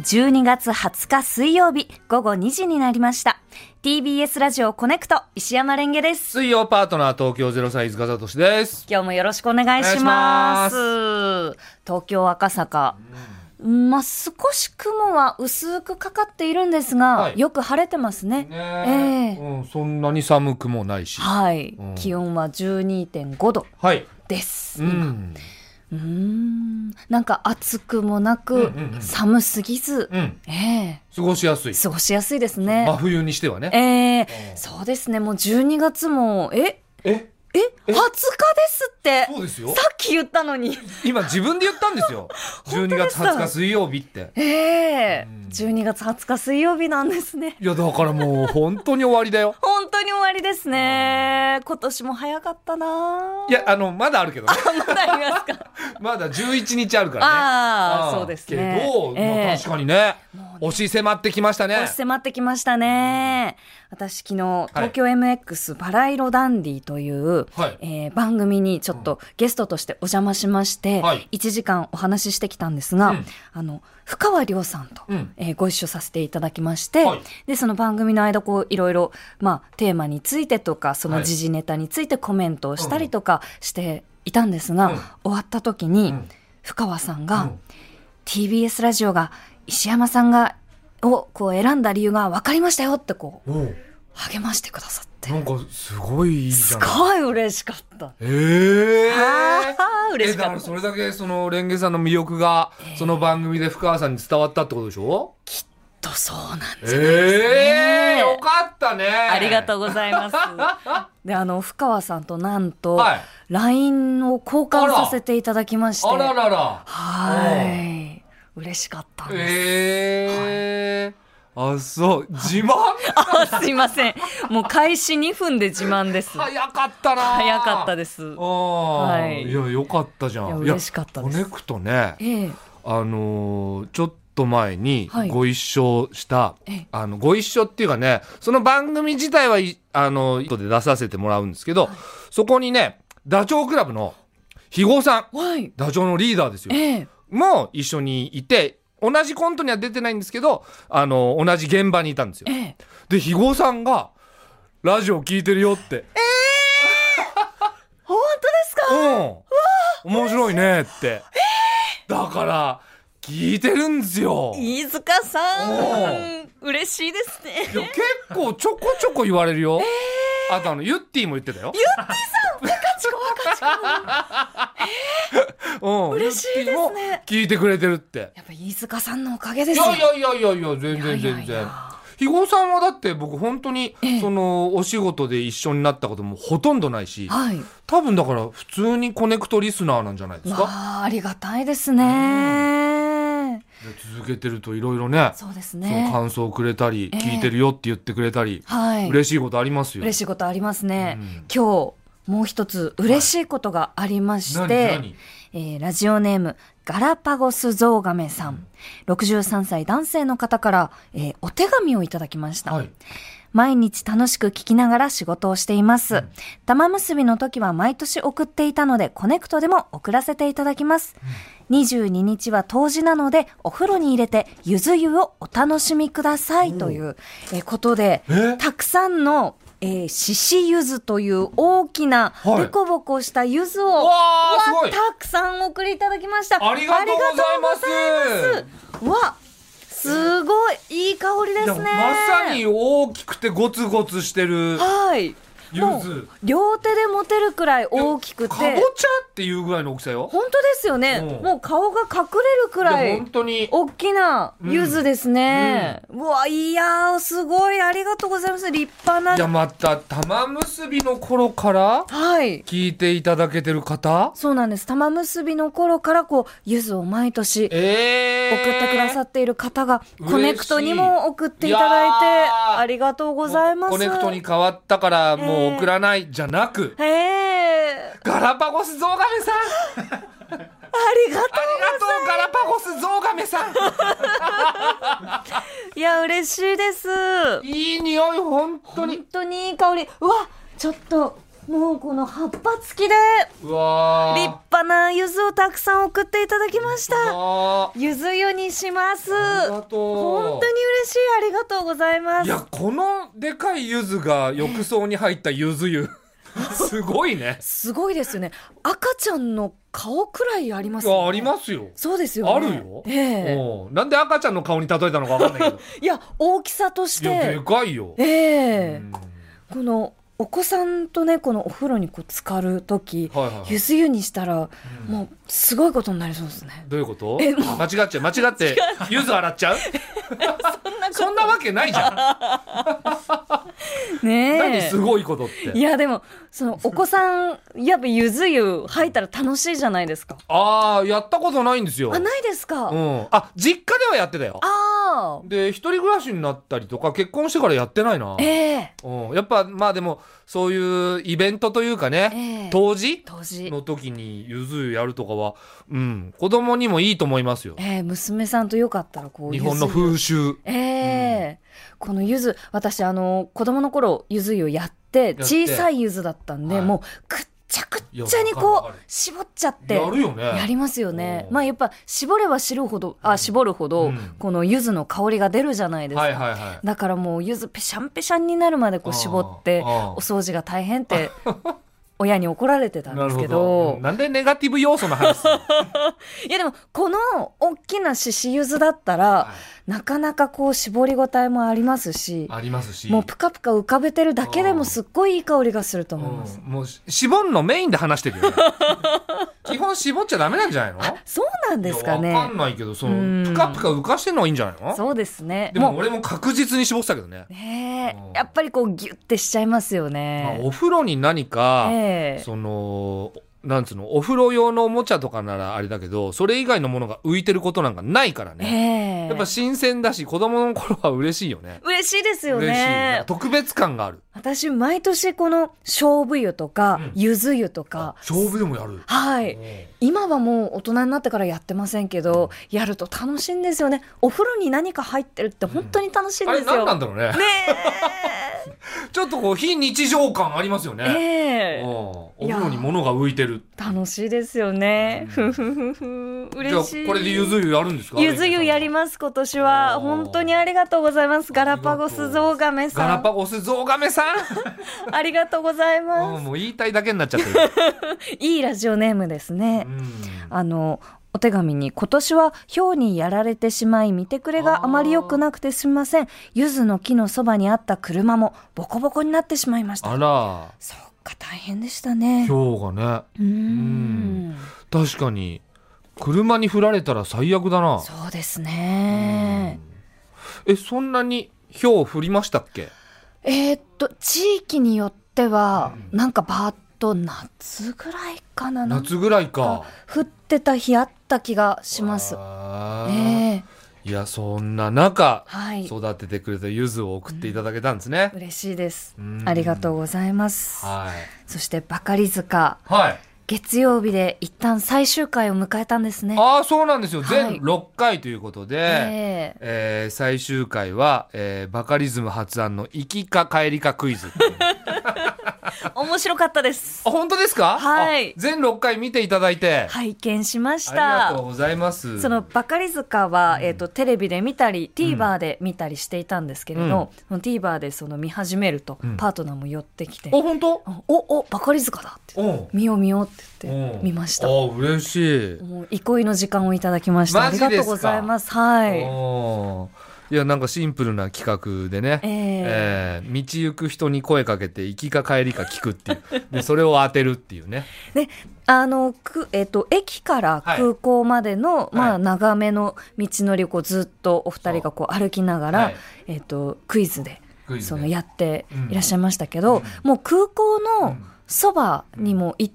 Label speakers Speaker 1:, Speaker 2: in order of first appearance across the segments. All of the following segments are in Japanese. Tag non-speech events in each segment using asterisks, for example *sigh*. Speaker 1: 12月20日水曜日午後2時になりました TBS ラジオコネクト石山レンゲです
Speaker 2: 水曜パートナー東京ゼロ歳伊塚聡です。
Speaker 1: 今日もよろしくお願いします
Speaker 2: お
Speaker 1: 東京赤坂、うんまあ、少し雲は薄くかかっているんですが、
Speaker 2: はい
Speaker 1: よく晴れてますね
Speaker 2: ね
Speaker 1: ええ
Speaker 2: うん、そんなに寒くもないし。
Speaker 1: はい、
Speaker 2: うん
Speaker 1: 気温は12.5度
Speaker 2: はい。
Speaker 1: です、
Speaker 2: う
Speaker 1: 今
Speaker 2: ん。
Speaker 1: うーんなんか暑くもなく、
Speaker 2: うんうんうん
Speaker 1: 寒すぎず、
Speaker 2: うん。
Speaker 1: ええ
Speaker 2: 過ごしやすい。
Speaker 1: 過ごしやすいですね。
Speaker 2: 真冬にしては
Speaker 1: *laughs*
Speaker 2: ね。
Speaker 1: ええ
Speaker 2: うん
Speaker 1: そうですね、もう12月も、え、
Speaker 2: え
Speaker 1: え、20日ですって、
Speaker 2: そうですよ。
Speaker 1: さっき言ったのに。
Speaker 2: 今自分で言った
Speaker 1: *laughs*
Speaker 2: んですよ。12月20日水曜日って。
Speaker 1: ええ
Speaker 2: うん
Speaker 1: 12月20日水曜日なんですね。
Speaker 2: いや、だからもう本当に終わりだよ。
Speaker 1: 本当に終わりですね。今年も早かったない *laughs*
Speaker 2: いや、あの、まだあるけどね。
Speaker 1: まだありますか。
Speaker 2: まだ11日あるからね。
Speaker 1: ああ
Speaker 2: ん
Speaker 1: そうですね
Speaker 2: けど、
Speaker 1: え
Speaker 2: ま
Speaker 1: え
Speaker 2: あ確かにね
Speaker 1: もうね、
Speaker 2: 押し迫ってきましたね
Speaker 1: 押し。迫ってきましたね。私昨日、東京 MX バラ色ダンディという、
Speaker 2: はい
Speaker 1: えー番組にちょっとゲストとしてお邪魔しまして、
Speaker 2: はい
Speaker 1: 1時間お話ししてきたんですが、
Speaker 2: うん
Speaker 1: あの、深川亮さんと、
Speaker 2: うん
Speaker 1: えーご一緒させていただきまして、
Speaker 2: はい
Speaker 1: で、その番組の間、こう、いろいろ、まあ、テーマについてとか、その時事ネタについてコメントをしたりとかしていたんですが、
Speaker 2: うん
Speaker 1: 終わった時に、
Speaker 2: うん
Speaker 1: 深川さん
Speaker 2: う
Speaker 1: が、
Speaker 2: ん
Speaker 1: TBS ラジオが石山さんがをこう選んだ理由が分かりましたよってこう
Speaker 2: おう
Speaker 1: 励ましてくださって
Speaker 2: なんかすごいいいじ
Speaker 1: す
Speaker 2: ゃない。
Speaker 1: ごい嬉しかった。
Speaker 2: ええ
Speaker 1: あー嬉
Speaker 2: え
Speaker 1: し
Speaker 2: だ
Speaker 1: か
Speaker 2: から
Speaker 1: った
Speaker 2: それだけそのレンゲさんの魅力がその番組で深川さんに伝わったってことでしょ
Speaker 1: とそうなんです。
Speaker 2: ええよかったね
Speaker 1: ありがと
Speaker 2: う
Speaker 1: うござい
Speaker 2: *laughs*
Speaker 1: ます。であの深川さんとなんと
Speaker 2: はい
Speaker 1: LINE を交換させていただきまして、
Speaker 2: あららら
Speaker 1: はい嬉しかったんです。
Speaker 2: ええあそう自慢
Speaker 1: *laughs* あすいませんもう開始2分で自慢です。
Speaker 2: 早かったな
Speaker 1: *laughs* 早かったで
Speaker 2: で
Speaker 1: す。
Speaker 2: ああ、
Speaker 1: はい
Speaker 2: い、やよかったじゃん
Speaker 1: いや嬉しかったです
Speaker 2: いやコネクトね
Speaker 1: ええ
Speaker 2: あのーちょっと前に
Speaker 1: はい
Speaker 2: ご一緒した、
Speaker 1: ええ
Speaker 2: あのご一緒っていうかねその番組自体はいあの後で出させてもらうんですけど、そこにねダチョウ倶楽部の肥後さん
Speaker 1: はい
Speaker 2: ダチョウのリーダーですよ
Speaker 1: ええ
Speaker 2: も一緒にいて同じコントには出てないんですけどあの同じ現場にいたんですよ
Speaker 1: え。え
Speaker 2: で肥後さんが「ラジオ聞いてるよ」って
Speaker 1: 本当ですか
Speaker 2: 「うん面白いね」って、だから聞いてるんですよ。
Speaker 1: 飯塚さ
Speaker 2: お
Speaker 1: ん嬉しいですね
Speaker 2: いや結構ちょこちょこ言われるよ。あとあのユッティも言ってたよ。ユッティさん、うん、
Speaker 1: *laughs* 嬉しいですね
Speaker 2: ユッティも聞いてくれてるって。
Speaker 1: やっぱ飯塚さんのおかげで
Speaker 2: い
Speaker 1: すよ
Speaker 2: やいやいやいやいや全然
Speaker 1: いやいや
Speaker 2: 全
Speaker 1: いや
Speaker 2: 然。肥後さんはだって僕本当に
Speaker 1: ええ
Speaker 2: そのお仕事で一緒になったこともほとんどないし、
Speaker 1: はい
Speaker 2: 多分だから普通にコネクトリスナーなんじゃないですか。
Speaker 1: まあありがたいですね
Speaker 2: で続けてるといろいろね、
Speaker 1: そうです
Speaker 2: その
Speaker 1: ね
Speaker 2: 感想をくれたり、
Speaker 1: ええ
Speaker 2: 聞いてるよって言ってくれたり、
Speaker 1: はい
Speaker 2: 嬉しいことありますよ。
Speaker 1: 嬉しいことありますね
Speaker 2: うん
Speaker 1: 今日もう一つ嬉しいことがありまし
Speaker 2: 何
Speaker 1: て
Speaker 2: 何
Speaker 1: えーラジオネームガラパゴスゾウガメさん63歳男性の方からえーお手紙をいただきました
Speaker 2: はい。
Speaker 1: 毎日楽しく聞きながら仕事をしています。玉結びの時は毎年送っていたので、コネクトでも送らせていただきます。22日は冬至なので、お風呂に入れて、ゆず湯をお楽しみくださいというえーことで
Speaker 2: え、
Speaker 1: たくさんのえー、獅子ゆずという大きな
Speaker 2: はい
Speaker 1: デコボコしたゆずを、
Speaker 2: わーすごい
Speaker 1: たくさんお送りいただきました
Speaker 2: ありがとうございます
Speaker 1: ありがとうございますわすごいいい香りですね
Speaker 2: いやまさに大きくてゴツゴツしてる
Speaker 1: はい。
Speaker 2: 柚
Speaker 1: も
Speaker 2: 子
Speaker 1: う両手で持てるくらい大きくて
Speaker 2: かぼちゃっていうぐらいの大きさよ
Speaker 1: 本当ですよね、
Speaker 2: うん
Speaker 1: もう顔が隠れるくら
Speaker 2: いや
Speaker 1: い
Speaker 2: 本当に
Speaker 1: 大きな柚子ですね、うわいやーすごいありがとうございます立派
Speaker 2: いや
Speaker 1: な
Speaker 2: また玉結びの頃から
Speaker 1: はい
Speaker 2: 聞いていただけてる方
Speaker 1: そうなんです玉結びの頃からこう柚子を毎年送
Speaker 2: えー、
Speaker 1: ってくださっている方が
Speaker 2: 嬉しい
Speaker 1: コネクトにも送っていただいて
Speaker 2: いやー
Speaker 1: ありがとうございます
Speaker 2: コネクトに変わったからもう送らない、じゃなく
Speaker 1: ええ
Speaker 2: ガラパゴスゾウガメ
Speaker 1: ありがとう
Speaker 2: さんありがとうガラパゴスゾウガメさん
Speaker 1: いや嬉しいです
Speaker 2: いい匂い本当
Speaker 1: 本
Speaker 2: に
Speaker 1: 当にいい香りうわちょっともうこの葉っぱ付きで
Speaker 2: うわー
Speaker 1: 立派な柚子をたくさん送っていただきました
Speaker 2: うわー
Speaker 1: 柚子湯にします
Speaker 2: ありがとう
Speaker 1: 本当に嬉しいありがとうございま
Speaker 2: い
Speaker 1: す
Speaker 2: やこのでかい柚子が浴槽に入った柚子湯 *laughs* すごいね
Speaker 1: すごいですよね赤ちゃんの顔くらいあります
Speaker 2: い
Speaker 1: よね
Speaker 2: やありますよ
Speaker 1: そうですよね
Speaker 2: あるよ、
Speaker 1: ええ
Speaker 2: おうなんで赤ちゃんの顔に例えたのかわかんないけど
Speaker 1: いや大きさとし
Speaker 2: いやで
Speaker 1: て
Speaker 2: かいよ、
Speaker 1: ええ
Speaker 2: うん
Speaker 1: このお子さんとねこのお風呂にこう浸かる時
Speaker 2: はいはいはい
Speaker 1: ゆず湯にしたら
Speaker 2: うん
Speaker 1: もうすごいことになりそうですね
Speaker 2: どういうこと
Speaker 1: え
Speaker 2: 間違っちゃう間違って柚子洗
Speaker 1: *laughs*
Speaker 2: っちゃうそんなわけないじゃん、何
Speaker 1: ね
Speaker 2: すごいことって
Speaker 1: いやでもそ
Speaker 2: *laughs*
Speaker 1: のお子さんやっぱゆず湯入ったら楽しいじゃないですか
Speaker 2: ああやったことないんですよ
Speaker 1: あないですか、
Speaker 2: う
Speaker 1: あ
Speaker 2: ん、あ実家ではやってたよ
Speaker 1: あー
Speaker 2: で一人暮らしになったりとか結婚してからやってないな、
Speaker 1: ええ
Speaker 2: うん、やっぱまあでもそういうイベントというかね、
Speaker 1: ええ
Speaker 2: 当時
Speaker 1: 当時
Speaker 2: の時にゆず湯やるとかは、うん、子供にもいいと思いますよ
Speaker 1: ええ娘さんとよかったらこう
Speaker 2: 日本の
Speaker 1: ゆず湯
Speaker 2: 風習
Speaker 1: ええこのゆず私あの子供の頃ゆず湯やって
Speaker 2: て
Speaker 1: 小さいゆずだったんで、
Speaker 2: はい
Speaker 1: もうくっちゃくっ
Speaker 2: い
Speaker 1: ちゃに
Speaker 2: やわかる
Speaker 1: こ
Speaker 2: わか
Speaker 1: う
Speaker 2: る
Speaker 1: 絞っちゃって
Speaker 2: やるよね
Speaker 1: やりますよね。
Speaker 2: うん
Speaker 1: まあやっぱ絞れば知るほど、あ、絞るほど、
Speaker 2: うん
Speaker 1: この柚子の香りが出るじゃないですか。
Speaker 2: はいはいはい
Speaker 1: だからもう柚子ぺしゃんぺしゃんになるまでこう絞って、
Speaker 2: あーあー
Speaker 1: お掃除が大変っ
Speaker 2: *laughs*
Speaker 1: て、親に怒られてたん
Speaker 2: な
Speaker 1: で
Speaker 2: る
Speaker 1: す
Speaker 2: ほ
Speaker 1: け
Speaker 2: ど
Speaker 1: ど
Speaker 2: う。んなんでネガティブ要素の話するの
Speaker 1: *laughs* いやでも、この大きな獅子柚子だったら、
Speaker 2: は
Speaker 1: なかなかこう絞りごたえもありますし、
Speaker 2: ありますし
Speaker 1: もうぷかぷか浮かべてるだけでもすっごいいい香りがすると思います。
Speaker 2: うんもう絞んのメインで話してる
Speaker 1: *laughs*
Speaker 2: よね基本絞っちゃダメなんじゃないの
Speaker 1: そうなんですか
Speaker 2: いやわか
Speaker 1: ね。
Speaker 2: んないけどそ
Speaker 1: うん
Speaker 2: のぷかぷか浮かしてんのはいいんじゃないの
Speaker 1: そうですね。
Speaker 2: でも俺も確実に絞ってたけどね、
Speaker 1: ね
Speaker 2: うん
Speaker 1: え、やっぱりこうギュってしちゃいますよ
Speaker 2: まあ
Speaker 1: ね。
Speaker 2: お風呂に何か、
Speaker 1: ええ
Speaker 2: そのなんつうのお風呂用のおもちゃとかならあれだけどそれ以外のものが浮いてることなんかないから
Speaker 1: え
Speaker 2: ね、
Speaker 1: え
Speaker 2: やっぱ新鮮だし子供の頃は嬉しいよね
Speaker 1: 嬉しいですよ
Speaker 2: 嬉しいなんか
Speaker 1: ね。
Speaker 2: 特別感がある
Speaker 1: 私毎年この勝負湯とか
Speaker 2: うん
Speaker 1: 柚子湯とか、
Speaker 2: 勝負でもやる
Speaker 1: はい。今はもう大人になってからやってませんけど、やると楽しいんですよね。お風呂に何か入ってるって本当に楽しいん
Speaker 2: あ
Speaker 1: で
Speaker 2: れ
Speaker 1: すよ。
Speaker 2: 何なんだろうね
Speaker 1: ね
Speaker 2: *laughs* ちょっとこう非日常感ありますよ
Speaker 1: え。
Speaker 2: ね、うん
Speaker 1: ねえ。
Speaker 2: お風呂に物が浮いてる
Speaker 1: 楽しいですよね。
Speaker 2: う
Speaker 1: ふ
Speaker 2: ん
Speaker 1: ふふふ。
Speaker 2: じゃあ
Speaker 1: 嬉しい。
Speaker 2: これでゆず湯やるんですか
Speaker 1: ゆず湯やり
Speaker 2: ま
Speaker 1: ます今年
Speaker 2: お
Speaker 1: は
Speaker 2: ー
Speaker 1: 本当にありがとうございますガラパゴ
Speaker 2: あ
Speaker 1: ス
Speaker 2: りがとう
Speaker 1: ゾウガメ
Speaker 2: ガ
Speaker 1: さ
Speaker 2: ラ
Speaker 1: ん
Speaker 2: パゴスゾウガメさん
Speaker 1: ありがとうございま
Speaker 2: うんもう言いたいだけになっち
Speaker 1: *laughs*
Speaker 2: ゃってる、
Speaker 1: すいいラジオネームですね
Speaker 2: うん
Speaker 1: あのお手紙に今年は氷にやられてしまい見てくれがあまり良くなくてすみません柚子の木のそばにあった車もボコボコになってしまいました
Speaker 2: あら
Speaker 1: そっか大変でしたね
Speaker 2: 今日がね
Speaker 1: うーん
Speaker 2: 確かに車に振られたら最悪だな
Speaker 1: そうですね
Speaker 2: えそんなに氷降りましたっけ
Speaker 1: えーっと地域によってはなんかバーッと夏ぐらいかななんか
Speaker 2: 夏ぐらいか
Speaker 1: 降ってた日あった気がします。
Speaker 2: あー
Speaker 1: ねえ
Speaker 2: いやそんな中
Speaker 1: はい、
Speaker 2: 育ててくれたゆずを送っていただけたんですね、
Speaker 1: 嬉しいです
Speaker 2: うん。
Speaker 1: ありがとうございます。
Speaker 2: はい
Speaker 1: そしてバカリ塚、
Speaker 2: はい
Speaker 1: 月曜日で一旦最終回を迎えたんですね。
Speaker 2: ああそうなんですよ
Speaker 1: は
Speaker 2: 全
Speaker 1: い
Speaker 2: 6回ということで、
Speaker 1: ええ
Speaker 2: えー最終回は、えーバカリズム発案の行きか帰りかクイ
Speaker 1: *laughs*
Speaker 2: ズっていうあ
Speaker 1: 面白かったです。
Speaker 2: 本当ですか
Speaker 1: はい
Speaker 2: あ全6回見ていただいて、
Speaker 1: 拝見しまし
Speaker 2: ありがとう
Speaker 1: た。
Speaker 2: ございます
Speaker 1: そのバカリ塚は、えっ、と、テレビで見たり、TVer で見たりしていたんですけれど、その TVer でその見始めると、
Speaker 2: うん
Speaker 1: パートナーも寄ってきて、
Speaker 2: お本当
Speaker 1: お、お、バカリ塚だって、
Speaker 2: うん
Speaker 1: 見よう見ようって言っ
Speaker 2: う
Speaker 1: て、
Speaker 2: ん
Speaker 1: 見ました
Speaker 2: あ。嬉しい、
Speaker 1: もう憩いの時間をいただきました。
Speaker 2: マ
Speaker 1: あ
Speaker 2: ジ
Speaker 1: り
Speaker 2: ですか
Speaker 1: がとうございます。はい。
Speaker 2: おーいやなんかシンプルな企画でね、
Speaker 1: え
Speaker 2: えー道行く人に声かけて行きか帰りか聞くっ
Speaker 1: *laughs*
Speaker 2: ていうでそれを当てるっていうね
Speaker 1: で、あの、く、えっ、と、駅から空港までの、
Speaker 2: い
Speaker 1: ま
Speaker 2: は
Speaker 1: あ、
Speaker 2: い
Speaker 1: 長めの道のりをこうずっとお二人がこう歩きながら、
Speaker 2: はい
Speaker 1: えっ、と、クイズで、
Speaker 2: クイズ
Speaker 1: そ
Speaker 2: ね
Speaker 1: のやっていらっしゃいましたけど、
Speaker 2: うん
Speaker 1: もう空港
Speaker 2: う
Speaker 1: の
Speaker 2: ん
Speaker 1: そばにも行っ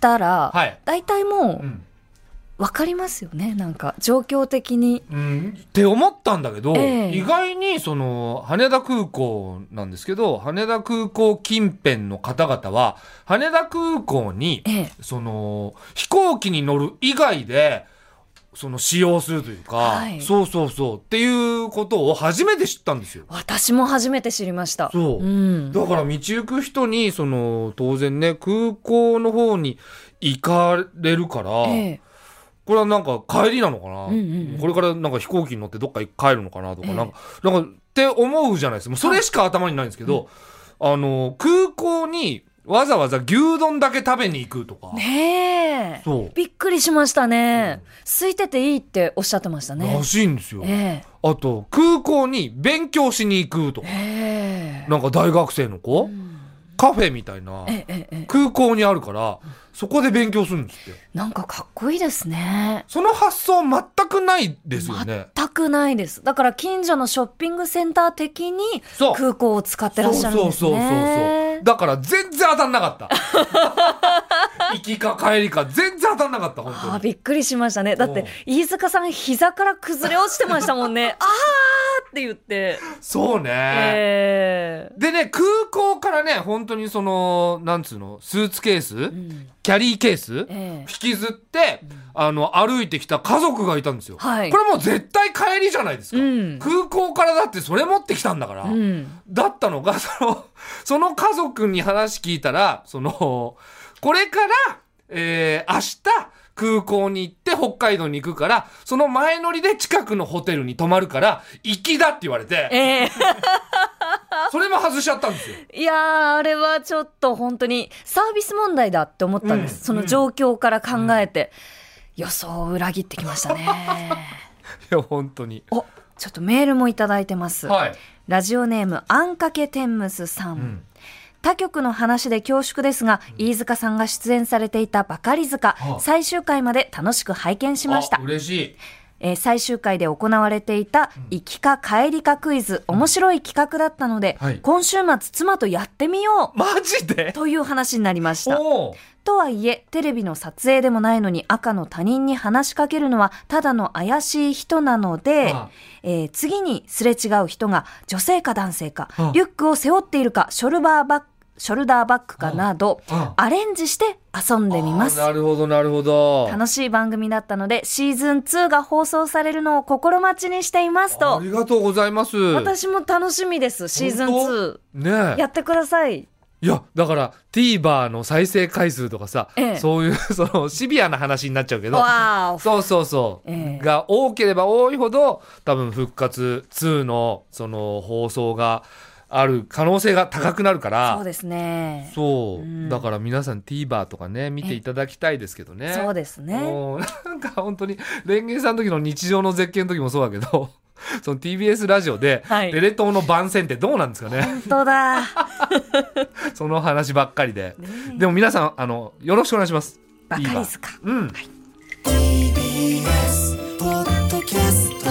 Speaker 1: たら、
Speaker 2: はい
Speaker 1: 大体も
Speaker 2: うん、
Speaker 1: う分かりますよね、なんか、状況的に。
Speaker 2: うんって思ったんだけど、
Speaker 1: ええ
Speaker 2: 意外にその羽田空港なんですけど羽田空港近辺の方々は羽田空港に
Speaker 1: ええ
Speaker 2: その飛行機に乗る以外でその使用するというか、
Speaker 1: はい
Speaker 2: そうそうそうっていうことを初めて知ったんですよ。
Speaker 1: 私も初めて知りました。。
Speaker 2: そうんだから道行く人にその当然ね空港の方に行かれるから、
Speaker 1: え
Speaker 2: これはなんか帰りなのかな、
Speaker 1: うんうんうん
Speaker 2: これからなんか飛行機に乗ってどっか帰るのかなとか、
Speaker 1: ええ
Speaker 2: なんかなんかって思うじゃないですかもうそれしか頭にないんですけど、あの空港にわざわざ牛丼だけ食べに行くとか、
Speaker 1: え。ねえ。
Speaker 2: そう、
Speaker 1: びっくりしましたね、
Speaker 2: う
Speaker 1: 空いてていいっておっしゃってましたね
Speaker 2: ら。しいんですよ、
Speaker 1: え
Speaker 2: あと空港に勉強しに行くと
Speaker 1: え
Speaker 2: か、
Speaker 1: ええ
Speaker 2: なんか大学生の子、
Speaker 1: うん
Speaker 2: カフェみたいな
Speaker 1: ええええ
Speaker 2: 空港にあるからそこで勉強するんですって。
Speaker 1: なんかかっこいいですね。
Speaker 2: その発想全くないですよね。
Speaker 1: 全くないです。だから近所のショッピングセンター的に
Speaker 2: そう。
Speaker 1: 空港を使ってらっしゃるんです
Speaker 2: そうそうそうそ
Speaker 1: ね
Speaker 2: う。。だから全然当たん
Speaker 1: *laughs*
Speaker 2: なかった。行きか帰りか全然当たんなかった、
Speaker 1: ああ
Speaker 2: 本当
Speaker 1: び
Speaker 2: に。
Speaker 1: っくりしましたね。だっ
Speaker 2: う
Speaker 1: て
Speaker 2: ん
Speaker 1: 飯塚さん膝から崩れ落ちてましたもんね。あーって言って。
Speaker 2: そうね。
Speaker 1: ええ
Speaker 2: でね、空港からね、本当にその、なんつうの、スーツケース、
Speaker 1: うん
Speaker 2: キャリーケース、
Speaker 1: ええ
Speaker 2: 引きずって、あの、歩いてきた家族がいたんですよ。
Speaker 1: はい
Speaker 2: これもう絶対帰りじゃないですか。
Speaker 1: うん
Speaker 2: 空港からだってそれ持ってきたんだから。
Speaker 1: うん。
Speaker 2: だったのが、 *laughs* その、その家族に話聞いたら、その、これから、えー、明日、空港に行って北海道に行くから、その前乗りで近くのホテルに泊まるから、行きだって言われて、
Speaker 1: ええ
Speaker 2: それも外しちゃったん *laughs* ですよ。
Speaker 1: いやー、あれはちょっと本当にサービス問題だって思ったんです。
Speaker 2: うん
Speaker 1: その状況から考えて、予想を裏切ってきましたね。
Speaker 2: いや、本当に。
Speaker 1: お、ちょっとメールもいただいてます。
Speaker 2: はい。
Speaker 1: ラジオネーム、あんかけ天むすさん。
Speaker 2: ん
Speaker 1: 他局の話で恐縮ですが、飯塚さんが出演されていたバカリズカ、
Speaker 2: はあ
Speaker 1: 最終回まで楽しく拝見しました
Speaker 2: あ。嬉しい。
Speaker 1: えー最終回で行われていた「行きか帰りかクイズ」面白い企画だったので、
Speaker 2: はい
Speaker 1: 今週末妻とやってみよう
Speaker 2: マジで
Speaker 1: という話になりました。
Speaker 2: おお。
Speaker 1: とはいえ、テレビの撮影でもないのに赤の他人に話しかけるのはただの怪しい人なので
Speaker 2: ああ、
Speaker 1: えー次にすれ違う人が女性か男性か
Speaker 2: ああ、
Speaker 1: リュックを背負っているか、ショルバーバッグ、ショルダーバッグかなど、
Speaker 2: あ
Speaker 1: アレンジして遊んでみます
Speaker 2: あ。なるほど、なるほど。
Speaker 1: 楽しい番組だったので、シーズン2が放送されるのを心待ちにしています
Speaker 2: あ
Speaker 1: と
Speaker 2: り、がとうございます。
Speaker 1: 私も楽しみです、シーズン2。
Speaker 2: ねえ。
Speaker 1: やってください。
Speaker 2: いや、だから、TVer の再生回数とかさ、
Speaker 1: ええ
Speaker 2: そう *laughs* いう、その、シビアな話になっちゃうけど、
Speaker 1: わー
Speaker 2: そうそうそう、
Speaker 1: ええ
Speaker 2: が多ければ多いほど、多分、復活2の、その、放送がある可能性が高くなるか
Speaker 1: そう
Speaker 2: ら、
Speaker 1: ですね。
Speaker 2: そう
Speaker 1: うん
Speaker 2: だから皆さん TVer とかね、見ていただきたいですけどね。
Speaker 1: そうですね。
Speaker 2: もうなんか本当に、レンゲさんの時の日常の絶景の時もそうだけど、 *laughs* その TBS ラジオで、
Speaker 1: はい
Speaker 2: テレ東の番宣ってどうなんですかね、
Speaker 1: 本当だ。
Speaker 2: その話ばっかりで。
Speaker 1: ねえ
Speaker 2: でも皆さんあのよろしくお願いします。
Speaker 1: バカリズカ。
Speaker 2: うん。
Speaker 3: TBS ポッドキャスト